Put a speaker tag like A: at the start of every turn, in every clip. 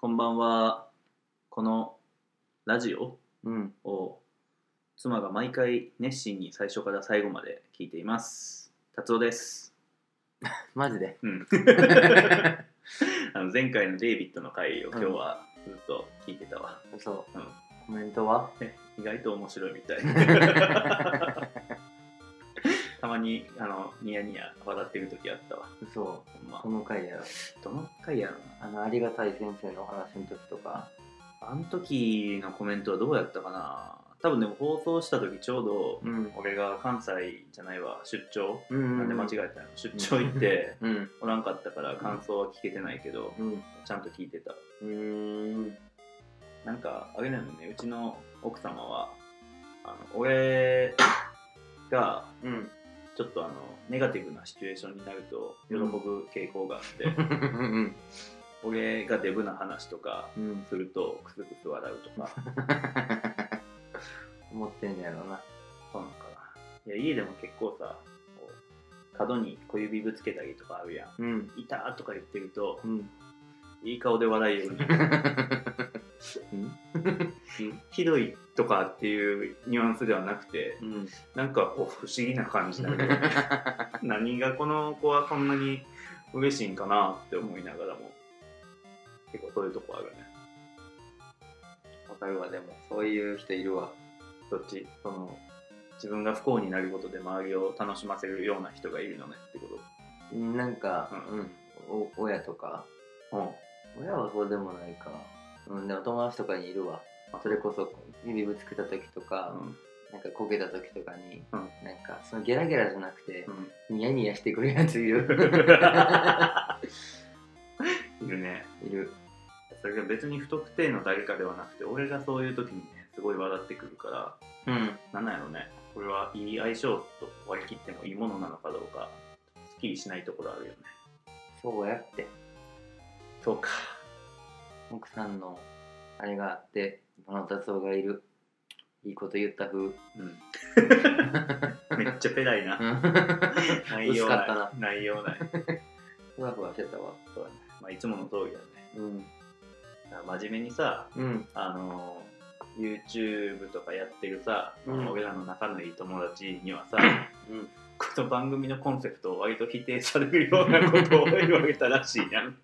A: こんばんは。このラジオ
B: うん。
A: を妻が毎回熱心に最初から最後まで聞いています。達夫です。
B: マジで。
A: うん あの前回のデイビッドの回を今日はずっと聞いてたわ。
B: そうう。
A: ん
B: コメントは
A: ね意外と面白いみたい。たまにあのニヤニヤ笑ってる時あったわ。
B: そう。
A: ほんま
B: この回やろ。
A: どの回やろな。
B: あの、ありがたい先生のお話の時とか。
A: あの時のコメントはどうやったかな多分でも放送した時ちょうど、
B: うん。
A: 俺が関西じゃないわ出張
B: うん。
A: なんで間違えたの、出張行って
B: うん。
A: おらんかったから感想は聞けてないけど、
B: うん。
A: ちゃんと聞いてた
B: うーん。
A: なんかあれなのねうちの奥様はあの俺が
B: うん。
A: ちょっとあのネガティブなシチュエーションになると喜ぶ傾向があって、
B: うん。
A: 俺がデブな話とか
B: うん。
A: するとクスクス笑うとか
B: 思ってんねやろな。
A: そうなのかないや家でも結構さこう角に小指ぶつけたりとかあるやん
B: う
A: 「
B: ん。
A: いた!」とか言ってると
B: うん。
A: いい顔で笑いように
B: うん。
A: ひどいとかっていうニュアンスではなくて
B: うん。
A: なんかこう不思議な感じだけど何がこの子はそんなに嬉しいんかなって思いながらも結構そういうとこあるね
B: わかるわ、でも、そういう人いるわ。
A: どっちその自分が不幸になることで周りを楽しませるような人がいるのねってこ
B: なんか、
A: う
B: うん。お親とか。
A: とうん
B: 親はそうでもないか。うん、でも友達とかにいるわ。それこそ指ぶつけた時とか、
A: うん
B: なんかこけた時とかに、
A: うん
B: なんかそのゲラゲラじゃなくて
A: う、ん
B: ニヤニヤしてくるやついる
A: いるね
B: いる
A: それが別に不特定の誰かではなくて俺がそういう時にねすごい笑ってくるから
B: うん
A: なんなんやろねこれはいい相性と割り切ってもいいものなのかどうかすっきりしないところあるよね
B: そうやって
A: そうか
B: 奥さんのあれがあって今の達夫がいるいいこと言った風
A: う んめっちゃペライな内容
B: 薄か
A: な
B: ったない
A: 内容ない
B: ふわふわしてたわ
A: そうだねまあいつもの通りだね
B: うん
A: だから真面目にさ
B: うん
A: あのー YouTube とかやってるさ、
B: うん
A: 俺らの仲のいい友達にはさ
B: うん
A: この番組のコンセプトを割と否定されるようなことを言われたらしいやん。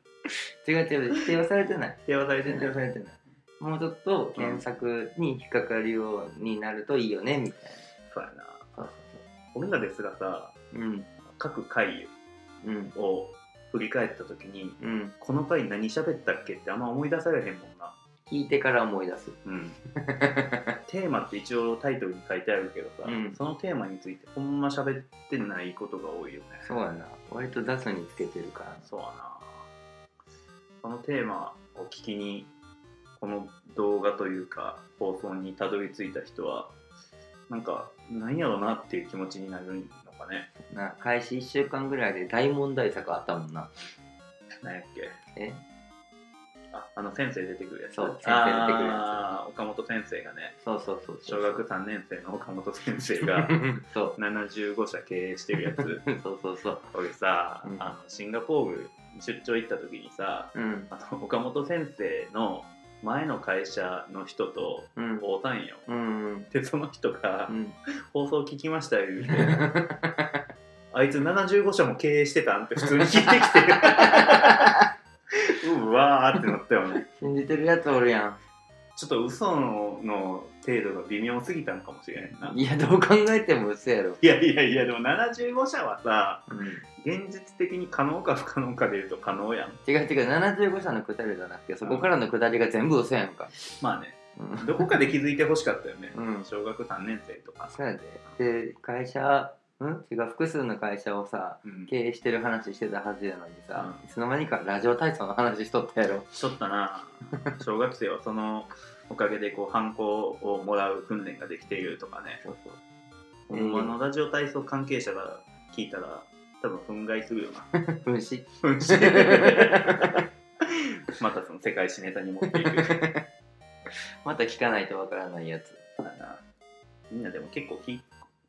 B: 違う違う否定はされてない
A: 否定はされて
B: 否
A: ん
B: 定
A: じゃ
B: は
A: ん
B: されてないもうちょっと検索に引っかかるようになるといいよねみたいな
A: そうやな。
B: そう
A: 俺らですらさ、
B: そうそううん
A: 各回
B: うん
A: を振り返った時に、
B: うん
A: この回何喋ったっけってあんま思い出されへんもんな。
B: 聞いてから思い出す
A: うん、 テーマって一応タイトルに書いてあるけどさ、
B: うん
A: そのテーマについてほんま喋ってないことが多いよね。
B: そうやな割と雑につけてるから
A: そうやな。そのテーマを聞きに、この動画というか、放送にたどり着いた人は、なんか、なんやろなっていう気持ちになるのかね。
B: な開始1週間ぐらいで大問題作あったもんな
A: なんやっけ。
B: え
A: あ、あの先生出てくるやつ。
B: そう先生出てくるやつ
A: あー岡本先生がね、
B: そうそうそうそ
A: 小
B: う
A: 学3年生の岡本先生 が、
B: そう
A: 75社経営してるやつ。
B: そうそうそう
A: 俺さ、
B: うん
A: あのシンガポール出張行った時にさ、
B: うん
A: あの岡本先生の前の会社の人と
B: うん
A: 会うたんよ。
B: うん
A: でその人が
B: うん
A: 放送聞きましたよ言うて、 あいつ75社も経営してたんって普通に聞いてき てうわーってなったよね
B: 信じてるやつおるや
A: ちょっと嘘のの程度が微妙すぎたんかもしれんなん
B: いやどう考えても嘘やろ
A: いやいやいやでも75社はさ
B: うん
A: 現実的に可能か不可能かで言うと可能やん
B: 違う違う75社のくだりじゃなくてそこからのくだりが全部嘘やんか
A: まあね
B: うん
A: どこかで気づいてほしかったよね
B: うん
A: 小学3年生とか
B: そうやでで会社うん違う複数の会社をさ
A: うん
B: 経営してる話してたはずやのにさ、いつの間にかラジオ体操の話しとったやろ
A: しとったな 小学生はそのおかげでこうハンコをもらう訓練ができているとかね
B: そうそう
A: ほ
B: うん
A: んまのラジオ体操関係者が聞いたら多分憤慨する よな
B: 分子
A: 憤死またその世界史ネタに持っていく
B: また聞かないとわからないやつ
A: そうだなみんなでも結構聞い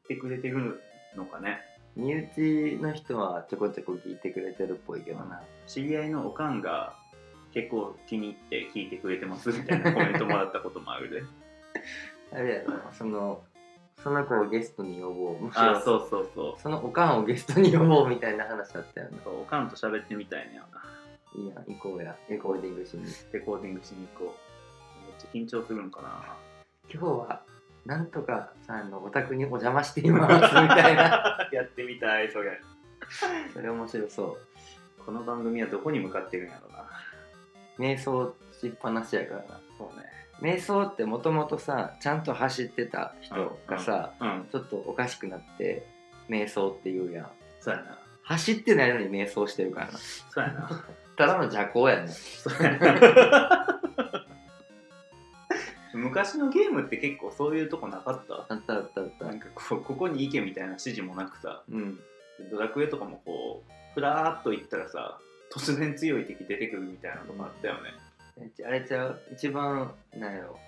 A: てくれてるのかね
B: 身内の人はちょこちょこ聞いてくれてるっぽいけどな
A: 知り合いのおかんが結構気に入って聞いてくれてますみたいなコメントもらったこともある で
B: あれやなそのその子をゲストに呼ぼうむし
A: ああ
B: ろ
A: そうそうそう
B: そのおかんをゲストに呼ぼうみたいな話だったよな
A: そうおかんと喋ってみたいね
B: いいやん行こうやレコーディングしに
A: レコーディングしに行こうめっちゃ緊張するんかな
B: 今日はなんとかさんのお宅にお邪魔していますみた い な
A: やってみたいそれ
B: それ面白そ
A: この番組はどこに向かってるんやろな
B: う瞑想しっぱなしやからな
A: そうね
B: 瞑想ってもともとさちゃんと走ってた人がさ、
A: うん
B: ちょっとおかしくなって瞑想って言うやん
A: そうやな
B: 走ってないのに瞑想してるからな
A: そうやな
B: ただの邪行やね
A: そうやな 昔のゲームって結構そういうとこなかった
B: あったあったあった
A: なんかこうここに行けみたいな指示もなくさ
B: うん
A: ドラクエとかもこうふらーっと行ったらさ突然強い敵出てくるみたいなのもあったよね、
B: あれちゃう一番なんやろ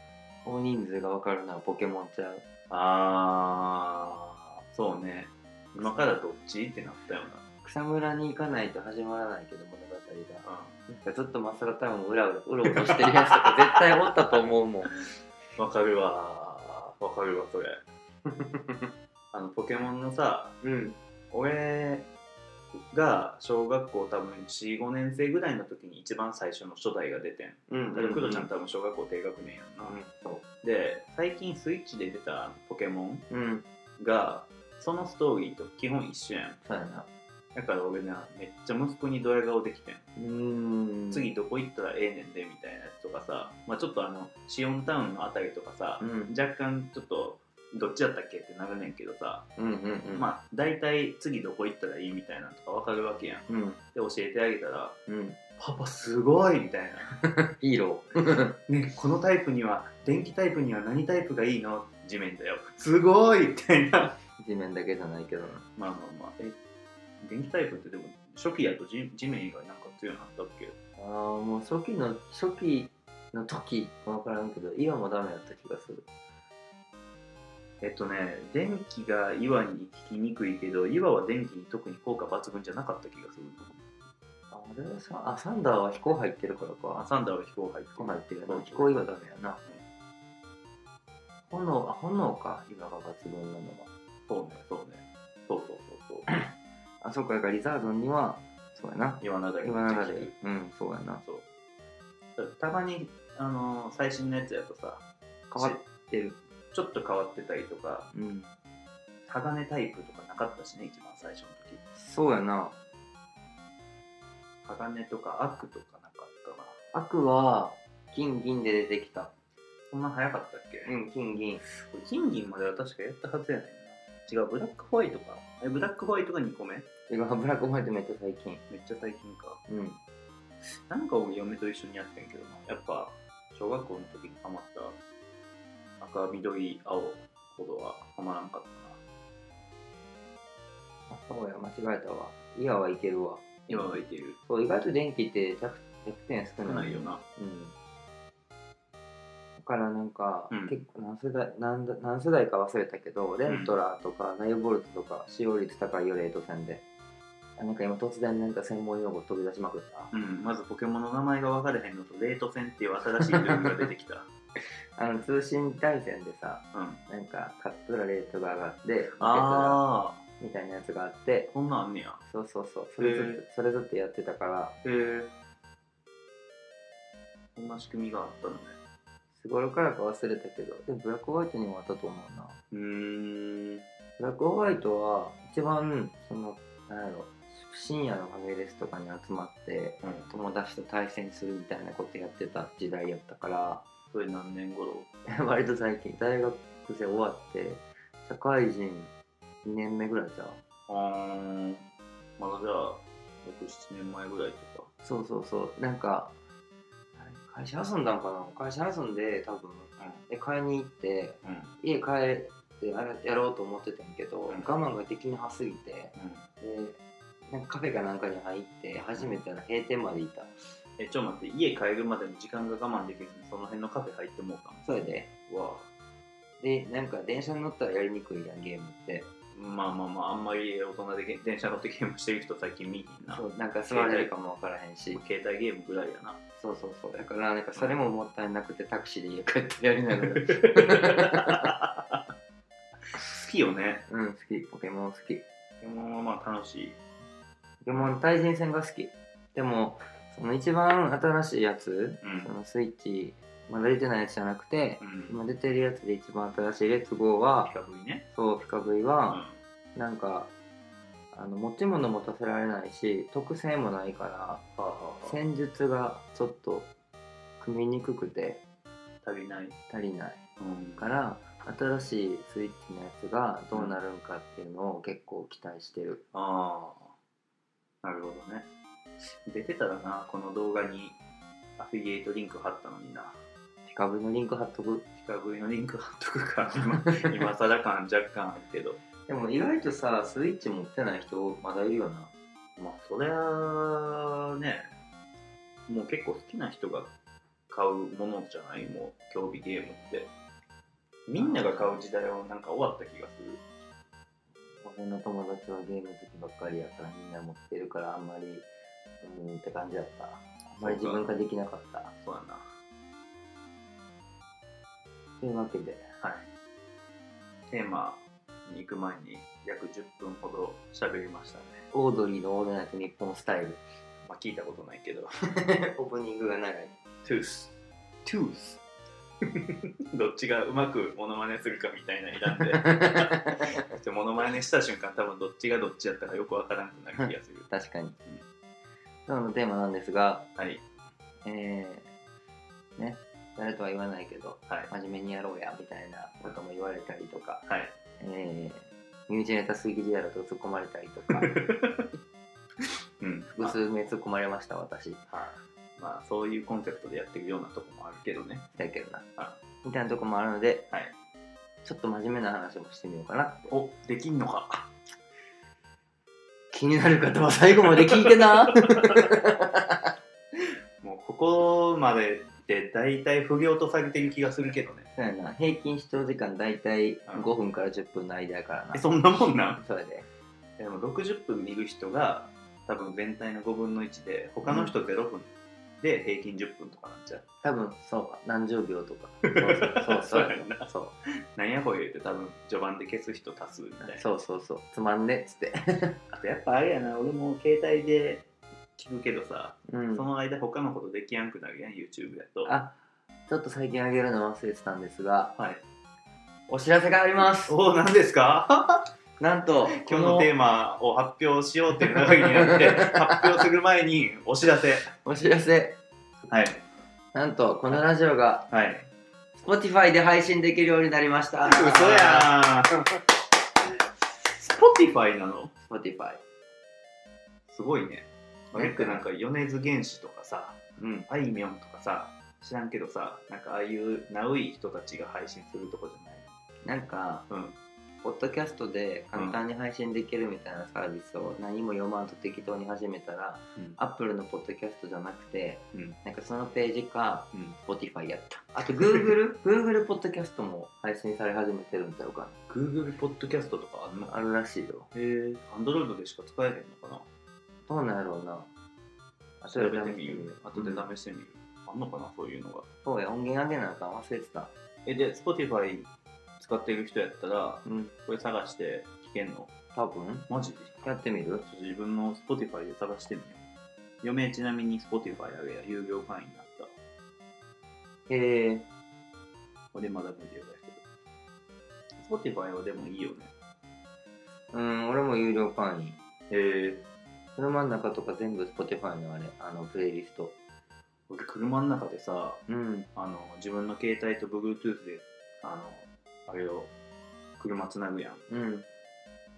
B: 大人数が分かるのはポケモンちゃう
A: あーそうね今からどっちってなったよ
B: 草むらに行かないと始まらないけど物語が
A: な、
B: なんかずっとマサラタウンをうらうらうろうろしてるやつとか絶対おったと思 うもん
A: わかるわわかるわそ れあのポケモンのさ
B: うん
A: 俺が小学校多分45年生ぐらいの時に一番最初の初代が出てん
B: うん
A: だからクロちゃん多分小学校低学年やんな、で最近スイッチで出たポケモン
B: うん、うん、
A: がそのストーリーと基本一緒やん
B: そうやな
A: だから俺なめっちゃ息子にドヤ顔できてん
B: うーん
A: 次どこ行ったらええねんでみたいなやつとかさ、まあ、ちょっとあのシオンタウンのあたりとかさ、
B: うん
A: 若干ちょっとどっちやったっけってなるねんけどさ、
B: うんうんうんあ
A: まあ大体次どこ行ったらいいみたいなのとかわかるわけやんで
B: うん
A: 教えてあげたら
B: うん
A: 「パパすごい!」みたいな
B: ヒーロー
A: 「ねこのタイプには電気タイプには何タイプがいいの?」地面だよ「すごい!」みたいな
B: 地面だけじゃないけどな
A: まあまあまあえ電気タイプってでも初期やと地地面以外なんか強いのあったっけ
B: ああもう初期の初期の時分からんけど今もダメだった気がする
A: えっとね、電気が岩に効きにくいけど、岩は電気に特に効果抜群じゃなかった気がする。
B: あれはさあサンダーは飛行入ってるから
A: あ
B: か
A: サンダーは飛行入って
B: 飛行入ってるよ
A: そ
B: な
A: う
B: 飛行岩ダメやな炎あ炎か岩が抜群なのは
A: そうね、そうね。そうそうそうそう。
B: あそうかだからリザードンにはそうや な
A: 岩なだれ。
B: 今なでうんそうやな
A: そう。だからたまに、あのー最新のやつやとさ、
B: 変わってる
A: ちょっと変わってたりとか、
B: うん
A: 鋼タイプとかなかったしね、一番最初の時。
B: そうやな
A: 鋼とか悪とかなかったな。
B: 悪は金銀で出てきた
A: そんな早かったっけ、
B: うん金銀
A: 金銀までは確かやったはずやねんな。違う、ブラックホワイトか。え、ブラックホワイトが2個目
B: てかブラックホワイトめっちゃ最近
A: めっちゃ最近か。
B: うん
A: なんか俺嫁と一緒にやってんけどな。やっぱ、小学校の時にハマった赤、緑、青ほどはハマらんかったな。
B: あそうや間違えたわ岩はいけるわ
A: 今はいける。
B: そう意外と電気って弱弱点少
A: 少
B: な
A: な
B: い
A: いよな。
B: うんだからなんか、
A: うん
B: 結構何世代何だ何世代か忘れたけどレントラーとかライボルトとか使用率高いよレート戦であなんか今突然なんか専門用語飛び出しまくった
A: うん、まずポケモンの名前が分かれへんのと、レート戦っていう新しいルールが出てき た。
B: あの通信対戦でさ
A: うん。
B: なんかカップラレートが上がって受けたら
A: ああ、
B: みたいなやつがあって
A: こんなんあんねや。
B: そうそうそうそれずっと、それずっとやってたから
A: へえ。こんな仕組みがあったのね。
B: すごろくからか忘れたけどでもブラックホワイトにもあったと思うな
A: うーん。
B: ブラックホワイトは一番そのなんやろ深夜のファミレスとかに集まって
A: うん、
B: 友達と対戦するみたいなことやってた時代やったから
A: それ何年頃
B: 割と最近大学生終わって社会人2年目ぐらいじゃん
A: あーまだじゃあ、6、7年前ぐらいとか。
B: そうそうそうなんかあれ会社遊んだんかな会社遊んで多分で買いに行って
A: うん。うん。
B: 家帰ってやらやろうと思ってたんやけど、
A: うん
B: 我慢ができなさすぎて
A: うん
B: でなんかカフェかなんかに入って初めての閉店までいた
A: えちょ待って家帰るまでの時間が我慢できずにその辺のカフェ入ってもうた
B: それで
A: んわ
B: でなんか電車に乗ったらやりにくいやんゲームって
A: あまあまあまああんまり大人でゲ電車乗ってゲームしてる人最近見ひんな
B: そうなんか座れるかもわからへんし
A: 携帯ゲームぐらいや な
B: そうそうそうだからなんかそれももったいなくてタクシーで家帰ってやりなが ら
A: 好きよね
B: うん好きポケモン好きポ
A: ポケモンはまあ楽しい
B: ケモン対人戦が好きでもその一番新しいやつ、
A: うん
B: そのスイッチまだ出てないやつじゃなくて
A: う、ん
B: 今出てるやつで一番新しいレッツゴーは
A: 比較にね
B: そうピカブイ
A: う
B: は、
A: ん
B: なんかあの持ち物持たせられないし特性もないから
A: はあはあは
B: 戦術がちょっと組みにくくて
A: あ足りない
B: 足りない
A: うん
B: から新しいスイッチのやつがどうなるんかっていうのを結構期待してる、
A: ああなるほどね出てたらなこの動画にアフィリエイトリンク貼ったのにな
B: ピカブイのリンク貼っとく
A: ピカブイのリンク貼っとくか今今更感若干あるけど
B: でも意外とさスイッチ持ってない人まだいるよな
A: まあそりゃねもう結構好きな人が買うものじゃないもう競技ゲームってみんなが買う時代はなんか終わった気がする
B: 俺の友達はゲーム好きばっかりやからみんな持ってるからあんまりうーんって感じだったあんまり自分ができなかった
A: そうやな
B: というわけで
A: はいテーマに行く前に約10分ほど喋りましたね
B: オードリーの「オールナイトニッポンスタイル
A: まあ聞いたことないけど」
B: オープニングが長い
A: トゥーストゥース どっちがうまくモノマネするかみたいな 選んででモノマネした瞬間多分どっちがどっちやったかよくわからなくなる気がする
B: 確かに今日のテーマなんですが
A: はい
B: えー、ね誰とは言わないけど
A: はい
B: 真面目にやろうやみたいなことも言われたりとか、
A: はい
B: えー、身内ネタすぎるやろと突っ込まれたりと か
A: うんま
B: 複数名突っ込まれました私
A: あはいまあそういうコンセプトでやってるようなとこもあるけどね
B: だけどな
A: あ
B: みたいなとこもあるので
A: はい
B: ちょっと真面目な話もしてみようかな
A: おできんのか
B: 気になる方は最後まで聞いて な
A: もうここまでで大体不良とされてる気がするけどね
B: そうやな平均視聴時間大体5分から10分の間やからな
A: えそんなもんなん
B: それで
A: でも60分見る人が多分全体の5分の1で他の人0分で平均10分とかなんちゃう
B: 多分そう何十 秒とかそう
A: そ
B: そうそう
A: うやんな
B: そう
A: なんやほいって多分序盤で消す人足すみたいな
B: そうそうそうつまんねっつって、
A: あとやっぱあれやな俺も携帯で聞くけどさ、
B: うん
A: その間他のことできやんくなるやん YouTube やと
B: あちょっと最近あげるの忘れてたんですが
A: はい
B: お知らせがあります
A: おお何です か
B: なんと
A: 今日のテー
B: マ
A: マを発表しようっていう流れに なって発表する前にお知らせ
B: お知らせ
A: はい
B: なんとこのラジオが
A: はい
B: Spotify で配信できるようになりました
A: 嘘やん Spotify なの
B: Spotify
A: すごいね
B: ね
A: よくなんか米津玄師とかさ
B: うん
A: あいみょんとかさ知らんけどさなんかああいうナウい人たちが配信するとこじ
B: なんか
A: ゃないうん
B: ポッドキャストで簡単に配信できるみたいなサービスを何も読まんと適当に始めたら
A: うん
B: Apple のポッドキャストじゃなくて
A: うん
B: なんかそのページか
A: うん
B: Spotify やったあと Google Google ポッドキャストも配信され始めてるんだよか
A: Google ポッドキャストとかあんの
B: なあるらしいよ
A: へえ Android でしか使えへんのかな
B: どうなんやろうな
A: 調べてみる後で
B: うん
A: 試してみる、あんのかなそういうのが
B: そうや音源上げなんかん忘れてた
A: えで Spotify 使ってる人やったら
B: うん
A: これ探して聞けんの
B: 多分
A: マジでち
B: やってみる
A: ょっと自分の Spotify で探してみよう嫁ちなみに Spotify あげや有料会員になった
B: へえ
A: 俺まだ無料だけど Spotify はでもいいよね
B: うん俺も有料会員
A: へえ
B: 車の中とか全部 Spotify のあれあのプレイリスト
A: 俺車の中でさ
B: うん
A: あの自分の携帯と Bluetooth であのあれを車つなぐやんっ
B: うん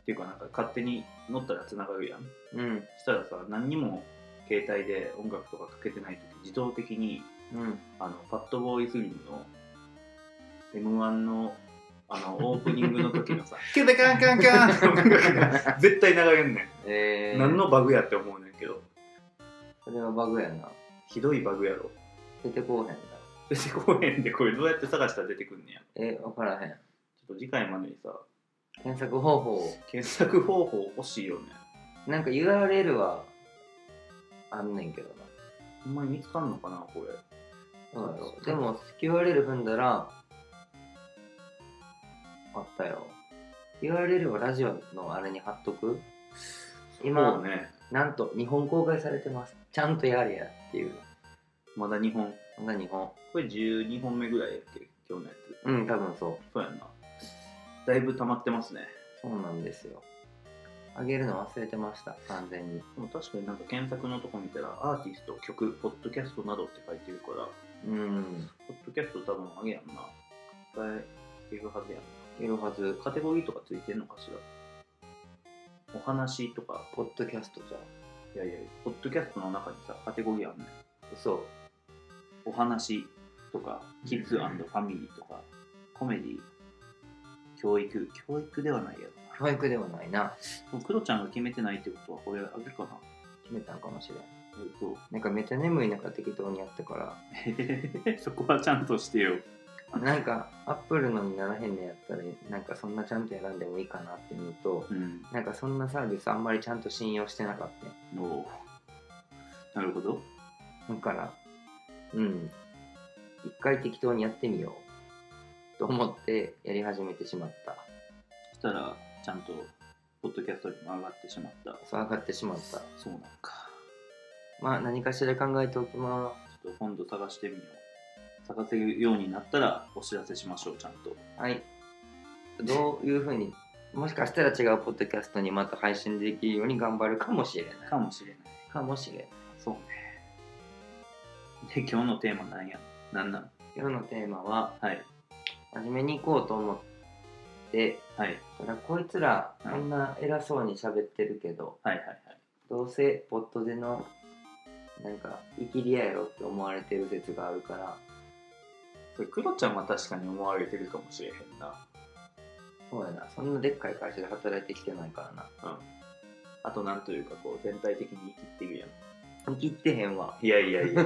A: ていうかなんか勝手に乗ったらつながるやん
B: うん
A: したらさ何にも携帯で音楽とかかけてない時自動的に
B: うん
A: あのファットボーイスリムの m 1のあのオープニングの時 のさ「キュタカンカンカン」って音楽が 絶対流れんねん、
B: えー、
A: 何のバグやって思うねんけど
B: それはバグやな
A: ひどいバグや ろ
B: 出てこうへんな
A: 出てこうへんでこれどうやって探したら出てくんねや
B: え分からへん
A: ちょっと次回までにさ
B: 検索方法を
A: 検索方法欲しいよね
B: なんか URL はあんねんけど
A: ほんまに見つかんのかなこれ
B: な、うん、でも URL 踏んだらあったよ URL はラジオのあれに貼っとく今
A: そうね
B: なんと日本公開されてますちゃんとやれやっていう
A: まだ2本
B: まだ日本
A: これ12本目ぐらいやっけ今日のやつ
B: うん多分そう
A: そうやんなだいぶ溜まってますね
B: そうなんですよあげるの忘れてました完全に
A: でも確かになんか検索のとこ見たらアーティスト曲ポッドキャストなどって書いてるから
B: うん
A: ポッドキャスト多分あげやんな。いっぱいいるはずやん
B: いるはず
A: な。カテゴリーとかついてんのかしら。お話とか、
B: ポッドキャストじゃん
A: いやいや、ポッドキャストの中にさ、カテゴリーあんねん。
B: 嘘
A: お話とか、キッズファミリーとか、コメディ、教育、教育ではないやろ
B: 教育ではないな
A: な。クロちゃんが決めてないってことは、これあげるかな。
B: 決めたんかもしれん
A: えっと
B: なんかめっちゃ眠い中適当にやったから
A: へへへ、そこはちゃんと してよ。
B: なんかアップルのにならへんのやったらなんかそんなちゃんと選んでもいいかなっていうのと
A: うん。
B: なんかそんなサービスあんまりちゃんと信用してなかったよ
A: おうなるほど。
B: だからうん一回適当にやってみようと思ってやり始めてしまった
A: そしたら、ちゃんと、ポッドキャストにも上がってしまった。
B: そう上がってしまった
A: そうなのか。
B: まあ何かしら考えておきま
A: ちょっと今度探してみよう。探せるようになったらお知らせしましょう、ちゃんと。
B: すはいどういうふうにもしかしたら違うポッドキャストにまた配信できるように頑張るかもしれない
A: かもしれない。
B: かもしれない
A: そうね。で、今日のテーマなんやなんなん
B: 今日のテーマは
A: はい。
B: 真面目に行こうと思って
A: はい。
B: ただこいつら
A: うん
B: こんな偉そうに喋ってるけど、
A: はいはいはい。
B: どうせポットでのなんかイキリアやろって思われてる説があるから
A: それ、クロちゃんは確かに思われてるかもしれへんな。
B: そうやなそんなでっかい会社で働いてきてないから
A: うん。あと、なんというか、こう、全体的に生きってるやん。
B: な生きってへんわ
A: いやいやいやいやいや。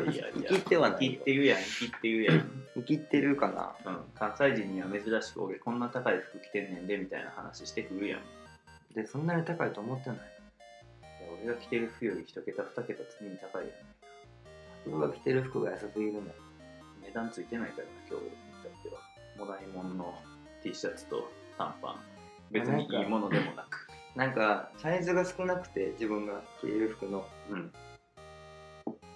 B: 生きてはない
A: 生きってるやん、生きって るやん。うん。
B: 生きってるかな
A: 関西人には珍しく、俺こんな高い服着てんねんで、みたいな話してくるやん。い
B: でそんなに高いと思ってない
A: や俺が着てる服より一桁、二桁常に高いやん。
B: 僕が着てる服が安すぎるの
A: 値段ついてないからな今日に至ってはもらいもんの T シャツと短パン別にいいものでもなく
B: なんかサイズが少なくて自分が着ている服の
A: うん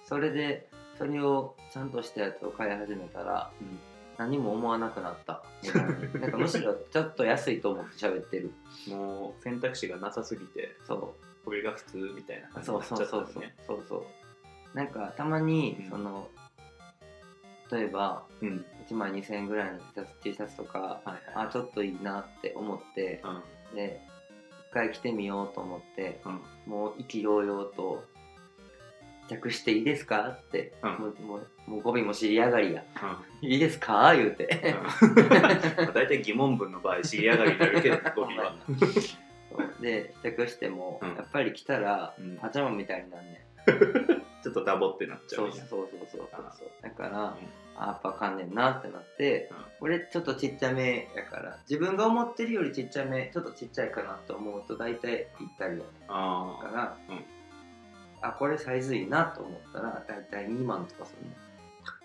B: それでそれをちゃんとしたやつを買い始めたら、
A: うん
B: 何も思わなくな った値段になんかむしろちょっと安いと思って喋ってる
A: もう選択肢がなさすぎて
B: そ
A: これが普通みたいな
B: う
A: 感じ
B: そ
A: に
B: う
A: なっちゃ
B: そ
A: っ
B: う
A: た
B: そ
A: ね
B: うそうそうそうなんかたまに、
A: うん
B: その例えば
A: うん
B: 1万2000円ぐらいの T シャツとか
A: はいはい
B: あちょっといいなって思って
A: うん
B: で一回着てみようと思って
A: うん
B: もう意気揚々と「着していいですか?」って、
A: うん
B: もうもうもう語尾も知り上がりや「いいですか?」言う て
A: うん大体疑問文の場合知り上がりになるけどゴ ミは
B: そうで試着しても、
A: うん
B: やっぱり着たら、
A: うん
B: パジャマみたいになんねん
A: ちょっとダボってなっちゃ
B: そううんそう
A: や
B: そうそうそうそうだから、
A: うん
B: あやっぱあかんねんなってなって、
A: うん
B: 俺ちょっとちっちゃめやから自分が思ってるよりちっちゃめちょっとちっちゃいかなと思うと大体ぴったりやね
A: あ
B: だ
A: ー
B: から、
A: うん
B: あこれサイズいいなと思ったら大体2万とかするの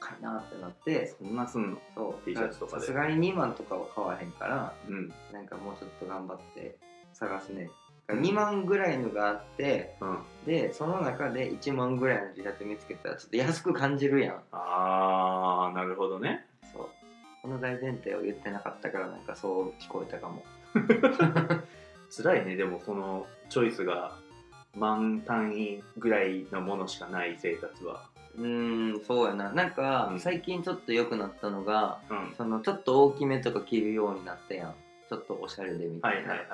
B: 高いなってなって
A: そんなすんの
B: そう
A: T シャツとかで
B: さすがに2万とかは買わへんから
A: うん
B: なんかもうちょっと頑張って探すね2万ぐらいのがあって
A: うん
B: でその中で1万ぐらいの T シャツ見つけたらちょっと安く感じるやん
A: ああなるほどね
B: そうこの大前提を言ってなかったからなんかそう聞こえたかも
A: 辛いねでもそのチョイスが万単位ぐらいのものしかない生活は
B: うーんそうやななんか
A: うん
B: 最近ちょっと良くなったのが、
A: うん
B: そのちょっと大きめとか着るようになったやんちょっとおしゃれでみた
A: はい
B: い
A: はい
B: な、
A: はい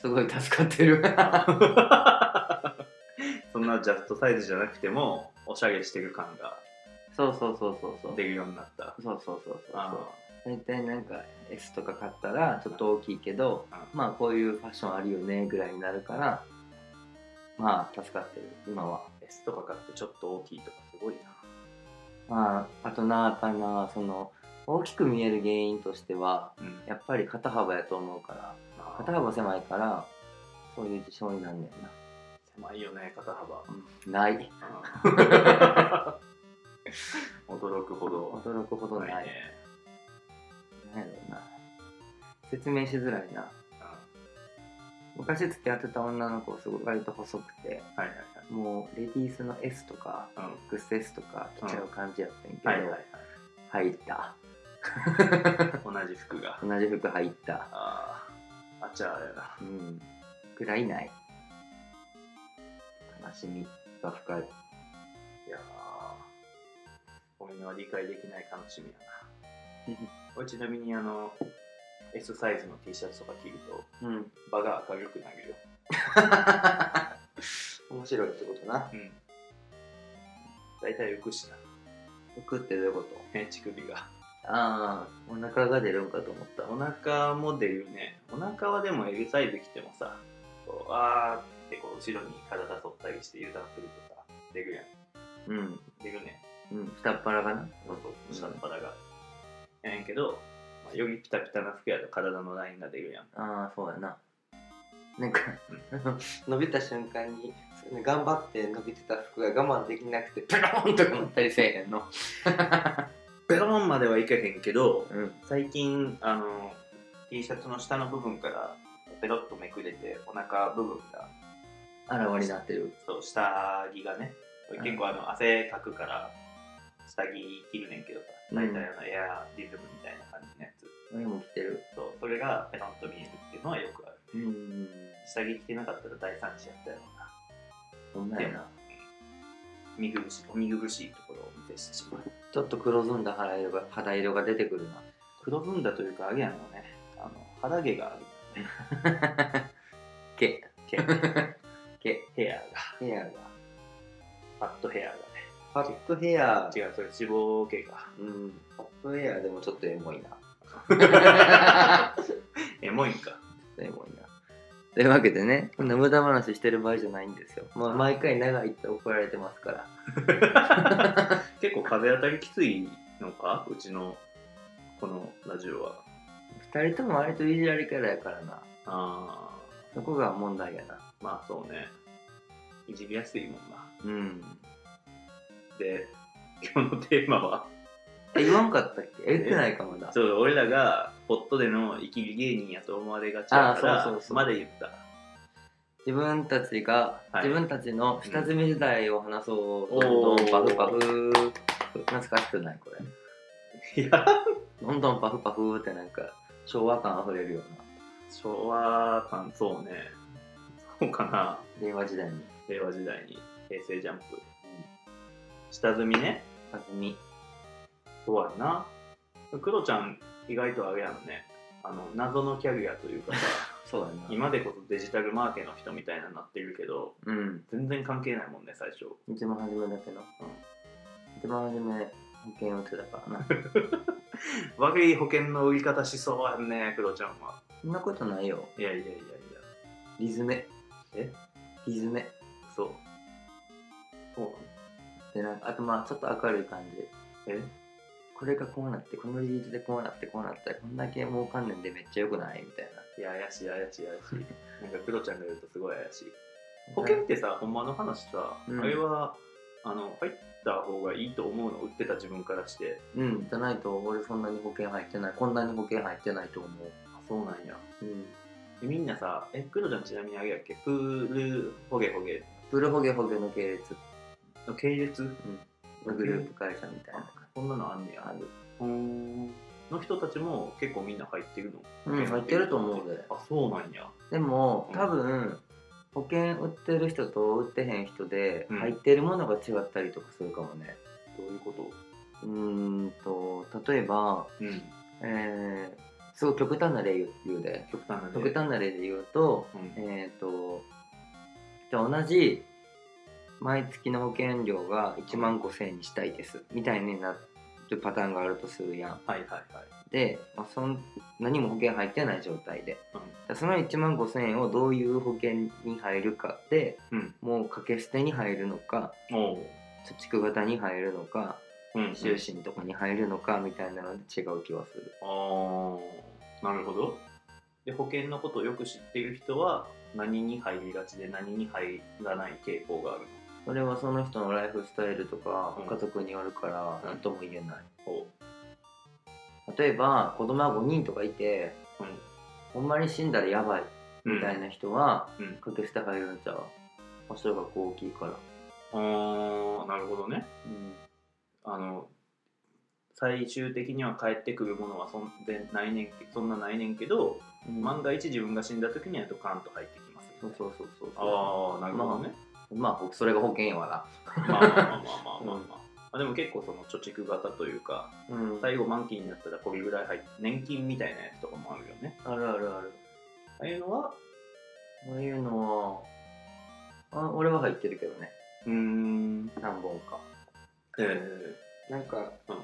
B: すごい助かってる
A: はい そんなジャストサイズじゃなくてもおしゃれしてる感が
B: そうそうそうそうそう
A: 出るようになった
B: そうそうそうそうそう
A: あ
B: 大体なんか S とか買ったらちょっと大きいけど、
A: う
B: まあこういうファッションあるよねぐらいになるからまあ助かってる今は
A: ー S とか買ってちょっと大きいとかすごいな
B: まああとなあかなその大きく見える原因としては
A: うん
B: やっぱり肩幅やと思うから肩幅狭いからそういう事象になんねんな
A: 狭いよね肩 幅
B: な
A: う
B: い
A: ん驚くほど
B: 驚くほどない、
A: な
B: ないい
A: ね
B: なんやろうな説明しづらいな
A: うん
B: 昔付き合ってた女の子すごい割と細くて
A: はいはい
B: もうレディースの S とか
A: はいうん
B: XS とか着ちゃう感じやったんやけど、
A: はいはいはい
B: 入った
A: 同じ服が
B: 同じ服入った
A: あーあちゃあれだ
B: うんくらいない悲しみが深い
A: いやー俺には理解できない楽しみや な俺ちなみにあの S サイズの T シャツとか着ると
B: うん
A: 場が明るくなるよ、
B: 面白いってことな
A: うん、大体浮くしな
B: 浮くってどういうこと
A: ね乳首が
B: ああお腹が出るんかと思った
A: お腹も出るねお腹はでも L サイズ着てもさこうあーってこう後ろに体反ったりして油断するとさ出るやん
B: うん
A: 出るね
B: うん下っ腹かな
A: そうそう下っ腹が、やねんけど、まあ、よりピタピタな服やと体のラインが出るやん
B: ああそうやななんか伸びた瞬間に頑張って伸びてた服が我慢できなくてペロンとかなったりせえへんの
A: ベロンまではいけへんけど
B: うん
A: 最近あの T シャツの下の部分からペロッとめくれてお腹部分が
B: あらわになってる
A: そう下着がね
B: うん
A: 結構あの汗かくから下着着るねんけどさ
B: うん
A: 大体あのエアリズムみたいな感じのやつ、
B: 俺も着てる
A: そうそれがペロンと見えるっていうのはよくある
B: うん
A: 下着着てなかったら大惨事やったやろうな
B: ほんまやな
A: 見苦しいお見苦しいところを見てしまう
B: ちょっと黒ずんだ肌色が肌色が出てくるな
A: 黒ずんだというかあげやのねあの肌毛があるよね
B: 毛
A: 毛
B: 毛
A: ヘアが
B: ヘアが
A: パッドヘアがね
B: パッドヘア
A: 違うそれ脂肪毛が
B: うんパッドヘアでもちょっとエモ いな
A: エモいん か
B: エモいなというわけでねこんな無駄話してる場合じゃないんですよ、まあ、毎回長いって怒られてますから
A: 結構風当たりきついのかうちのこのラジオは
B: 二人とも割といじられキャラやからな
A: あ
B: そこが問題やな
A: あまあそうねいじりやすいもんな
B: うん
A: で今日のテーマは
B: え言わんかったっけえ言ってないかもな
A: そう俺らがポットでの生きり芸人やと思われがちやか
B: あーそう
A: ら
B: そうそう
A: まで言った
B: 自分たちが、
A: はい
B: 自分たちの下積み時代を話そう、
A: うん
B: どんどんパ
A: お
B: フ
A: ー
B: パフ懐かしくないこれ
A: いや
B: どんどんパフパフってなんか昭和感あふれるような
A: 昭和感そうねそうかな
B: 令和時代に
A: 令和時代に平成ジャンプ、下積みね
B: 下積み
A: そうやなクロちゃん意外とあれやんねあの謎のキャリアというかさ
B: そうだな
A: 今でこそデジタルマーケの人みたいななってるけど
B: うん
A: 全然関係ないもんね最初
B: 一番初めだけど、一番初め保険打ってたからな
A: 悪い保険の売り方しそうやんねクロちゃんは
B: そんなことないよ
A: いやいやいやいや
B: リズメ
A: え
B: リズメ
A: そうそう
B: でなんかあとまあちょっと明るい感じ
A: なの
B: これがこうなってこのリリースでこうなってこうなったらこんだけ儲かんねんでめっちゃ良くないみたいな
A: えいや怪しい怪しい怪しいなんかクロちゃんが言うとすごい怪しい保険ってさ、ほんまの話さ、
B: うん
A: あれはあの入った方がいいと思うの売ってた自分からして
B: うんじゃないと俺そんなに保険入ってないこんなに保険入ってないと思
A: あそうなんや
B: ううん
A: でみんなさえクロちゃんちなみにあれやっけプールホゲホゲ
B: プルホゲホゲの系列
A: の系列
B: のグループ会社みたいな
A: こんなのあんねや
B: ある
A: ほーんの人たちも結構みんな入ってるの
B: うん入ってると思うで
A: あそうなんや
B: でも
A: うん
B: 多分保険売ってる人と売ってへん人で
A: うん
B: 入ってるものが違ったりとかするかもね
A: どういうこと
B: うーんと例えば
A: うん
B: えーすごい極端な例言うで
A: 極端なね
B: 極端な例で言うと
A: うん
B: えっ、とじゃあ同じ毎月の保険料が1万5000円にしたいですみたいになるパターンがあるとするやん
A: はいはいはい
B: で、まあ、そん何も保険入ってない状態で
A: うん
B: だからその1万5000円をどういう保険に入るかで
A: うん
B: もう掛け捨てに入るのか
A: おう
B: 貯蓄型に入るのか
A: うんうん
B: 就寝とかに入るのかみたいなので違う気はする
A: ああなるほどで保険のことをよく知っている人は何に入りがちで何に入らない傾向がある
B: それはその人のライフスタイルとか
A: うん
B: 家族によるから
A: うん
B: 何とも言えない、
A: ほ
B: 例えば子供が5人とかいて
A: うん
B: ほんまに死んだらやばい
A: うん
B: みたいな人は
A: うん
B: 掛け捨て入るんちゃう場所が大きいから、
A: あーなるほどねあの最終的には返ってくるものはそんでないねんけそんなないねんけど、
B: うん
A: 万が一自分が死んだ時にはドカンと入ってきますみた
B: そ
A: いうな
B: そうそうそう
A: ああなるほどね、
B: まあほそれが保険やわ
A: まあ、まあまあまあまあまあ、まあ、でも結構その貯蓄型というか
B: な、うん
A: 最後満期になったらこれぐらい入って年金みたいなやつとかもあるよね
B: あるあるある
A: ああいうのは
B: こういうのはあ俺は入ってるけどね
A: うーん
B: 何本か
A: ええ
B: なんか
A: うん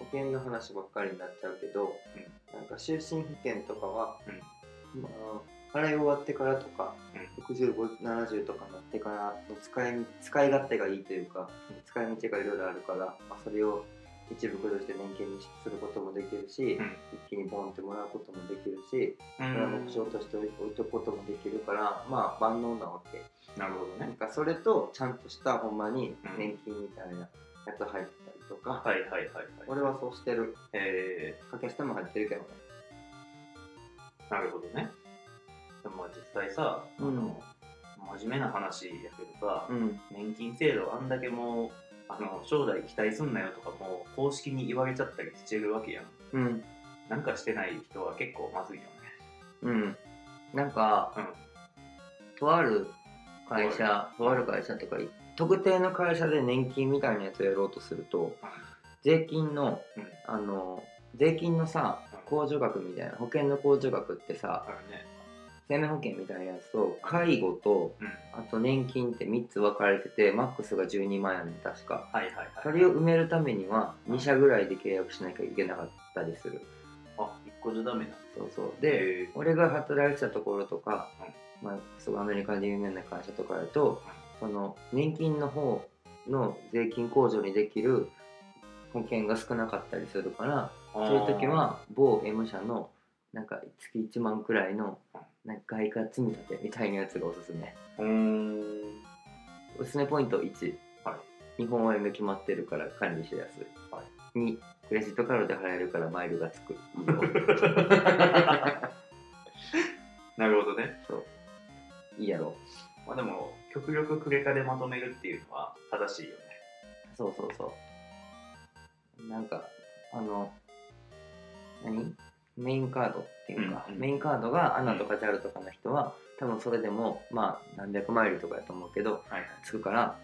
B: 保険の話ばっかりになっちゃうけど、なんか就寝保険とかは、まあ、払い終わってからとか、6570とかなってからの使いみ使い勝手がいいというか、使い道がいろいろあるから、まあ、それを一部として年金にすることもできるし、
A: うん
B: 一気にボンってもらうこともできるし、
A: う
B: それは目標として置い置いとくこともできるから、まあ万能なわけ。
A: なるほど
B: なん
A: ね
B: かそれとちゃんとしたほんまに
A: うん
B: 年金みたいなやつ入ってたりとか、
A: はいはいはいはい
B: 俺はそうしてる
A: え
B: 掛け捨ても入ってるけどね
A: ー、なるほどねでもまあ実際さ、
B: うん
A: あの真面目な話やけどさ、
B: うん
A: 年金制度あんだけもうあの将来期待すんなよとかもう公式に言われちゃったりしてるわけやん
B: うん
A: なんかしてない人は結構まずいよね
B: うんなんか
A: うん
B: とある会社とある会社とか特定の会社で年金みたいなやつをやろうとすると税金の
A: うん
B: あの税金のさ
A: うん
B: 控除額みたいな保険の控除額ってさ
A: あるね
B: 生命保険みたいなやつと介護と
A: うん
B: あと年金って3つ分かれててマックスが12万円やねん確か
A: はいはいはい
B: それを埋めるためには2社ぐらいで契約しなきゃいけなかったりする
A: あ一個じゃダメなんだ
B: そうそうで
A: で
B: 俺が働いてたところとか、まあ、すごいアメリカで有名な会社とかだとその年金の方の税金控除にできる保険が少なかったりするからそういう時は某 M 社のなんか月1万くらいのなんか外貨積み立てみたいなやつがおすすめ
A: うーん
B: おすすめポイント1、
A: は
B: 日本円が決まってるから管理しやすい、
A: は
B: 2クレジットカードで払えるからマイルがつくいいよ
A: なるほどね
B: そういいやろ
A: まあでも極力クレカでまとめるっていうのは正しいよね
B: そうそうそうなんかあの何メインカードっていうか、
A: うん
B: メインカードがアナとか JAL とかの人は多分それでもまあ何百マイルとかやと思うけど
A: はい
B: つくから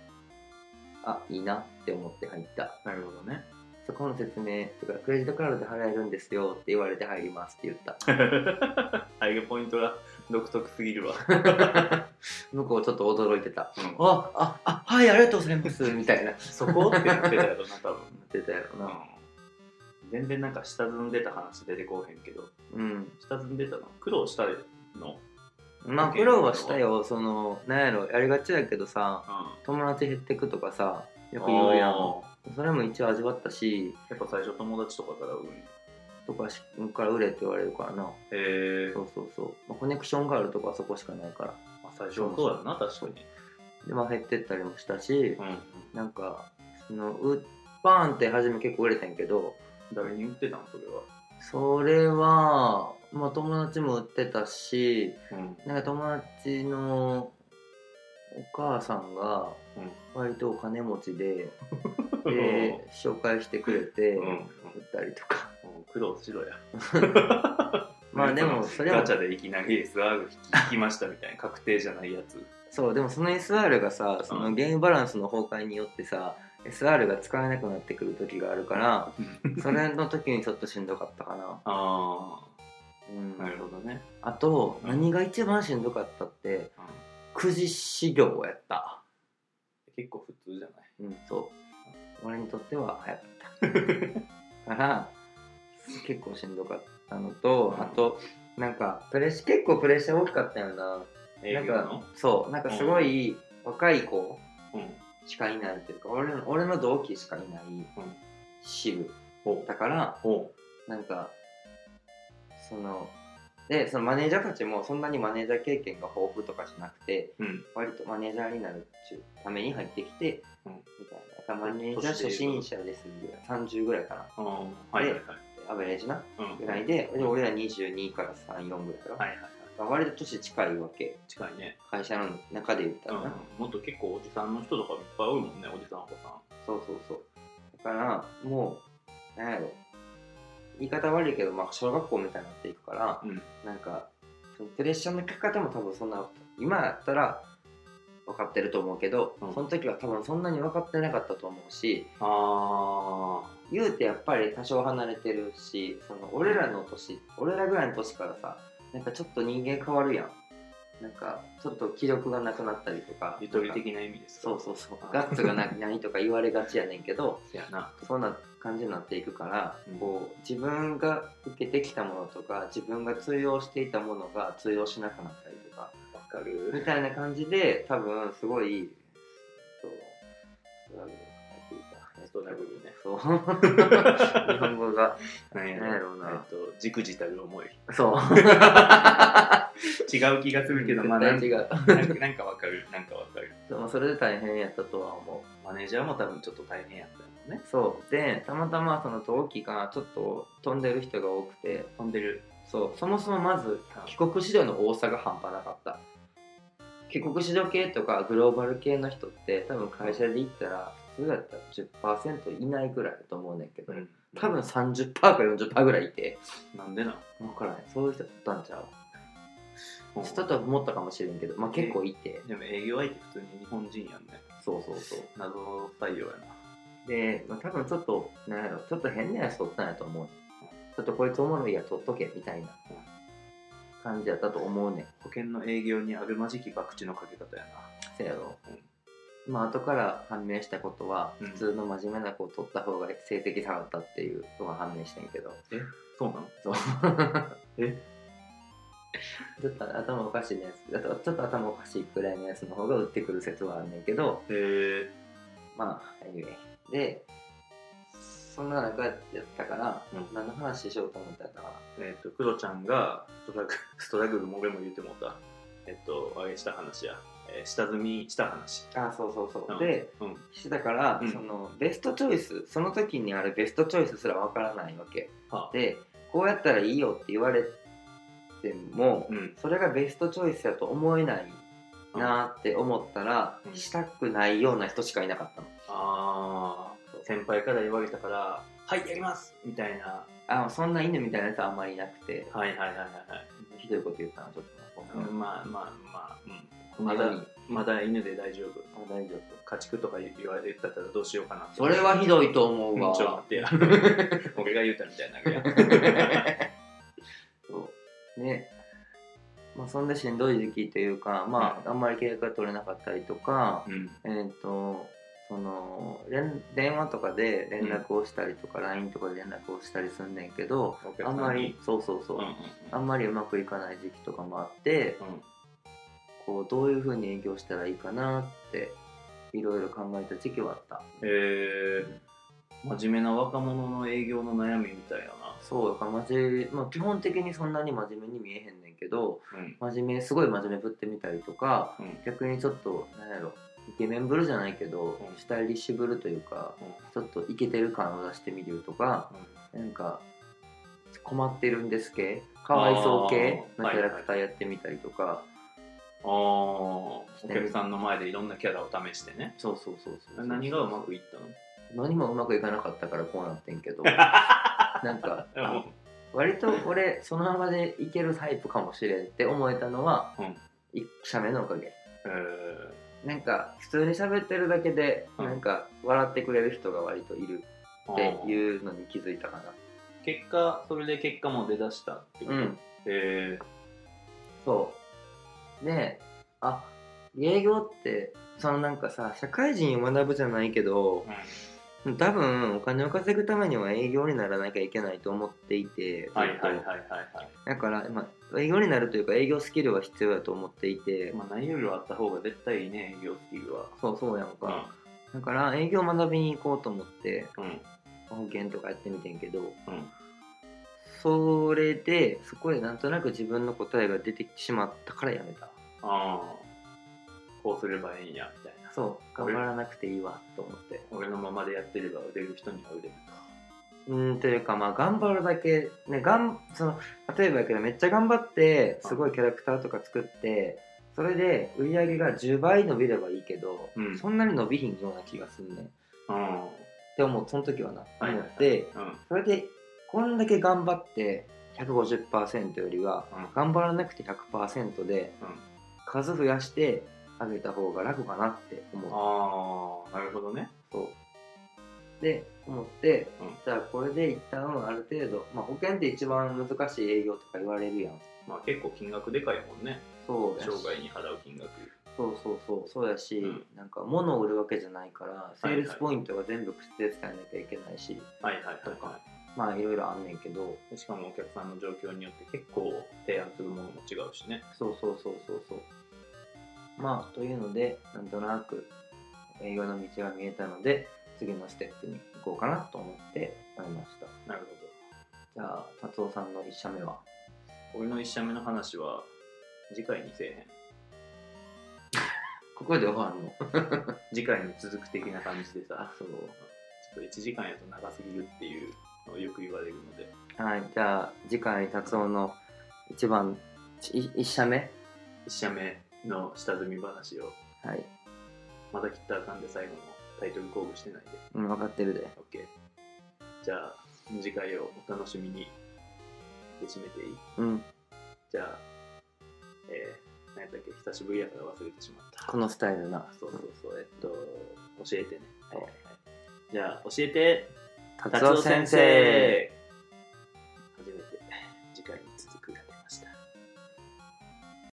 B: あいいなって思って入った
A: なるほど ね
B: そこの説明とかクレジットカードで払えるんですよって言われて入りますって言った
A: 入るポイントが独特すぎるわ、
B: 向こうちょっと驚いてた「
A: うん、
B: あああはいありがとうございます」みたいな な っ
A: そこってなってたやろな多分、
B: てたやろな
A: うん、全然なんか下積んでた話出てこうへんけど
B: うん
A: 下積んでたの苦労したの
B: まあ苦労はしたよそのなんやろやりがちやけどさ
A: うん
B: 友達減ってくとかさよく言うやん
A: あ
B: それも一応味わったし
A: ーやっぱ最初友達とかからうん
B: とかしから売れって言われるからな
A: へえ
B: そうそうそう、まあ、コネクションがあるとこはそこしかないから
A: まあ最初はそうやろな確かに
B: でまあ減ってったりもしたし
A: うん
B: なんかそのうバーンって初め結構売れてんけど
A: 誰に売ってたのそれは
B: それは、まあ、友達も売ってたし
A: うん
B: なんか友達のお母さんが
A: うん
B: 割とお金持 ちでで紹介してくれて
A: う
B: 売
A: ん
B: ったりとか
A: うん苦労しろや
B: まあでもそれ
A: ガ
B: は
A: チャでいきなり SR 引き引きましたみたいな確定じゃないやつ
B: そうでもその SR がさそのゲームバランスの崩壊によってさ SR が使えなくなってくる時がある からそれの時にちょっとしんどかったかな、
A: あ
B: うん
A: あなるほどね、
B: あと
A: うん
B: 何が一番しんどかったってくじ修行をやった
A: 結構普通じゃない
B: うん、そう。俺にとっては早かった。から、結構しんどかったのと、
A: うん
B: あと、なんか、プレッシ結構プレッシャー大きかったよな。な
A: 営
B: ん
A: 業
B: か
A: の、
B: そう、なんかすごい若い子
A: うん
B: しかいないっていうか、俺の俺の同期しかいない支部だから、
A: お
B: なんか、その、でそのマネージャーたちもそんなにマネージャー経験が豊富とかじゃなくて
A: うん
B: 割とマネージャーになるっていうために入ってきて、
A: うん
B: みたいなだからマネージャー初心者ですぐらい30ぐらいかな
A: あーはいはいはい
B: アベレージな
A: うん
B: ぐらいでで俺ら22から34ぐらいかな、
A: はいはいはい
B: 割と年近いわけ
A: 近いね、
B: 会社の中で言った
A: うん
B: らな、、
A: もっと結構おじさんの人とかいっぱい多いもんねおじさんお子さん
B: そうそうそうだからもうなんやろ言い方悪いけど、まあ、小学校みたいになっていくから
A: うん
B: なんかそのプレッシャーのかけ方も多分そんな今やったら分かってると思うけど、
A: うん
B: その時は多分そんなに分かってなかったと思うし
A: あ
B: 言うてやっぱり多少離れてるしその俺らの年俺らぐらいの年からさなんかちょっと人間変わるやんなんかちょっと気力がなくなったりとか
A: あゆとり的な意味ですか
B: そうそうそうガッツがな ないとか言われがちやねんけど
A: せやな
B: そんな感じになっていくから、
A: うん
B: こう自分が受けてきたものとか自分が通用していたものが通用しなくなったりとか
A: わか
B: み
A: る
B: たいな感じで多分すごいそうストラグルっていうか
A: ストラグルね
B: そう日本語が
A: なん
B: なんやろうな
A: えっとじくじたる思い
B: そう
A: 違う気がするけどまあなん
B: 絶
A: か
B: 対違う
A: なんかなんかわかるなんかわかる
B: でもそれで大変やったとは思う
A: マネージャーも多分ちょっと大変やったよね
B: そうでたまたまその同期がちょっと飛んでる人が多くて
A: 飛んでる
B: そうそもそもまず帰国子女の多さが半端なかった帰国子女系とかグローバル系の人って多分会社で行ったら普通だったら10%いないぐらいだと思うねんだけど、多分30%か40%ぐらいいて
A: なんでな
B: 分からないそういう人だったんちゃう
A: うん
B: したとは思ったかもしれんけどまあ結構いて
A: でも営業相手普通に日本人やんね
B: そうそうそう
A: 謎採用やな
B: で、まあ、多分ちょっとなんやろちょっと変なやつ取ったんやと思うちょっとこいつおもろいや取っとけみたいな
A: うん
B: 感じやったと思うねん
A: 保険の営業にあるまじき博打のかけ方や
B: せやろ、まあ後から判明したことは
A: うん
B: 普通の真面目な子を取った方が成績下がったっていうのが判明してんけど
A: なそうなの
B: そう
A: え
B: ちょっと頭おかしいやつあとちょっと頭おかしいくらいのやつの方が打ってくる説はあんねんけど
A: へえ
B: まあ anyway でそんな中やったから、
A: うん
B: 何の話しようと思ったかな
A: えっとクロちゃんがストラグストラグルも俺も言ってもうたえっとあれした話や、えー下積みした話
B: あそうそうそう、
A: うん
B: で
A: うん
B: してたから、
A: うん
B: そのベストチョイスその時にあるベストチョイスすらわからないわけ
A: はあ
B: でこうやったらいいよって言われても、
A: うん
B: それがベストチョイスやと思えないなーって思ったら、
A: うん
B: したくないような人しかいなかったの
A: ああ先輩から言われたから「はいやります!」みたいな
B: あそんな犬みたいなやつはあんまりいなくて
A: はいはいはいはいはい、
B: ひどいこと言ったなちょっと、
A: うんまあまあまあ、うん、
B: ま
A: ま
B: だ
A: だ
B: に
A: まだ犬で大丈夫
B: あ大丈夫
A: 家畜とか言われてたらどうしようかな
B: それはひ
A: い
B: どいと思う
A: ち
B: わ、
A: ょっと待ってや 俺が言うたみたいになるやん
B: そうねまあそんなしんどい時期というかまあ、あんまり契約が取れなかったりとか、
A: うん
B: えっ、とその連電話とかで連絡をしたりとか、LINE とかで連絡をしたりすんねんけど
A: お客さに
B: あんまりそうそうそう、
A: うんうんうん
B: あんまりうまくいかない時期とかもあってこうどういうふうに営業したらいいかなっていろいろ考えた時期はあった
A: えー、真面目な若者の営業の悩みみたいやな
B: そうだから真面目、まあ、基本的にそんなに真面目に見えへんねんけど
A: うん
B: 真面目すごい真面目ぶってみたりとか
A: うん
B: 逆にちょっとなんやろイケメンぶるじゃないけど、
A: うん
B: スタイリッシュぶるというか
A: うん
B: ちょっとイケてる感を出してみるとかなんか困ってるんです系かわいそう系
A: あー
B: のキャラクターやってみたりとか、
A: あーお客さんの前でいろんなキャラを試してね
B: そうそうそうそう
A: 何がうまくいっ
B: 何もうまくいかなかったからこうなってん けどなんか
A: たの
B: あ割と俺そのままでいけるタイプかもしれんって思えたのは、
A: うん
B: 一社目のおかげ
A: えー
B: なんか普通に喋ってるだけで、
A: うん
B: なんか笑ってくれる人が割といるって
A: う
B: いうのに気づいたかな
A: 結果それで結果も出だしたってこと
B: うん
A: え
B: そうであ営業ってそのなんかさ社会人を学ぶじゃないけど
A: ー
B: 多分お金を稼ぐためには営業にならなきゃいけないと思っていて、
A: はいはいはい
B: ずっと
A: はいはい
B: だから、まあ、営業になるというか営業スキルは必要だと思っていて、
A: まあ、何よりはあった方が絶対いいね営業スキルは。
B: そうそうやんか、だから営業を学びに行こうと思って
A: うん。うん。
B: 保険とかやってみてんけど
A: うん。
B: それでそこでなんとなく自分の答えが出てしまったからやめた
A: ああこうすればええんやみたいな
B: そう頑張らなくていいわと思って
A: 俺のままでやってれば売れる人には売れる
B: うーんというかまあ頑張るだけねがんその例えばやけどめっちゃ頑張ってすごいキャラクターとか作ってそれで売り上げが10倍伸びればいいけど、
A: うん
B: そんなに伸びひんような気がすんねんっ
A: かうん
B: て思うその時はな、
A: はい
B: 思って
A: うん
B: それでこんだけ頑張って150%よりは
A: うん
B: 頑張らなくて100%で
A: うん
B: 数増やしてあげた方が楽かなって思う
A: ああなるほどね
B: そうで思って、
A: うん
B: じゃあこれで一旦ある程度、まあ、保険って一番難しい営業とか言われるやん
A: まあ結構金額でかいもんね
B: そうやし
A: 生涯に払う金額
B: そうそうそうそうやし、
A: うん
B: なんか物を売るわけじゃないからセール
A: は
B: ス
A: い
B: ポイントが全部口で伝えなきゃいけないし、
A: はいはいはい、
B: とかまあいろいろあんねんけど
A: い、しかもお客さんの状況によって結構提案するものも違うしね
B: そうそうそうそうそうまあというのでなんとなく営業の道が見えたので次のステップに行こうかなと思ってなりました
A: なるほど
B: じゃあ達夫さんの1社目は
A: 俺の1社目の話は次回にせえへん
B: ここで終わるの
A: 次回に続く的な感じでさ
B: そう
A: ちょっと1時間やと長すぎるっていうのをよく言われるので
B: はい、じゃあ次回達夫の一番い一社目
A: 1社目の下積み話を
B: はい、
A: また切ったらあかんで最後のタイトルコールしてないで
B: うん、分かってるで
A: OK じゃあ次回をお楽しみにで締めていい
B: うん
A: じゃあえー、何やったっけ久しぶりやから忘れてしまった
B: このスタイルな
A: そうそうそう、えっと、教えてね。はいはいはい、じゃあ、教えて、
B: 達夫先生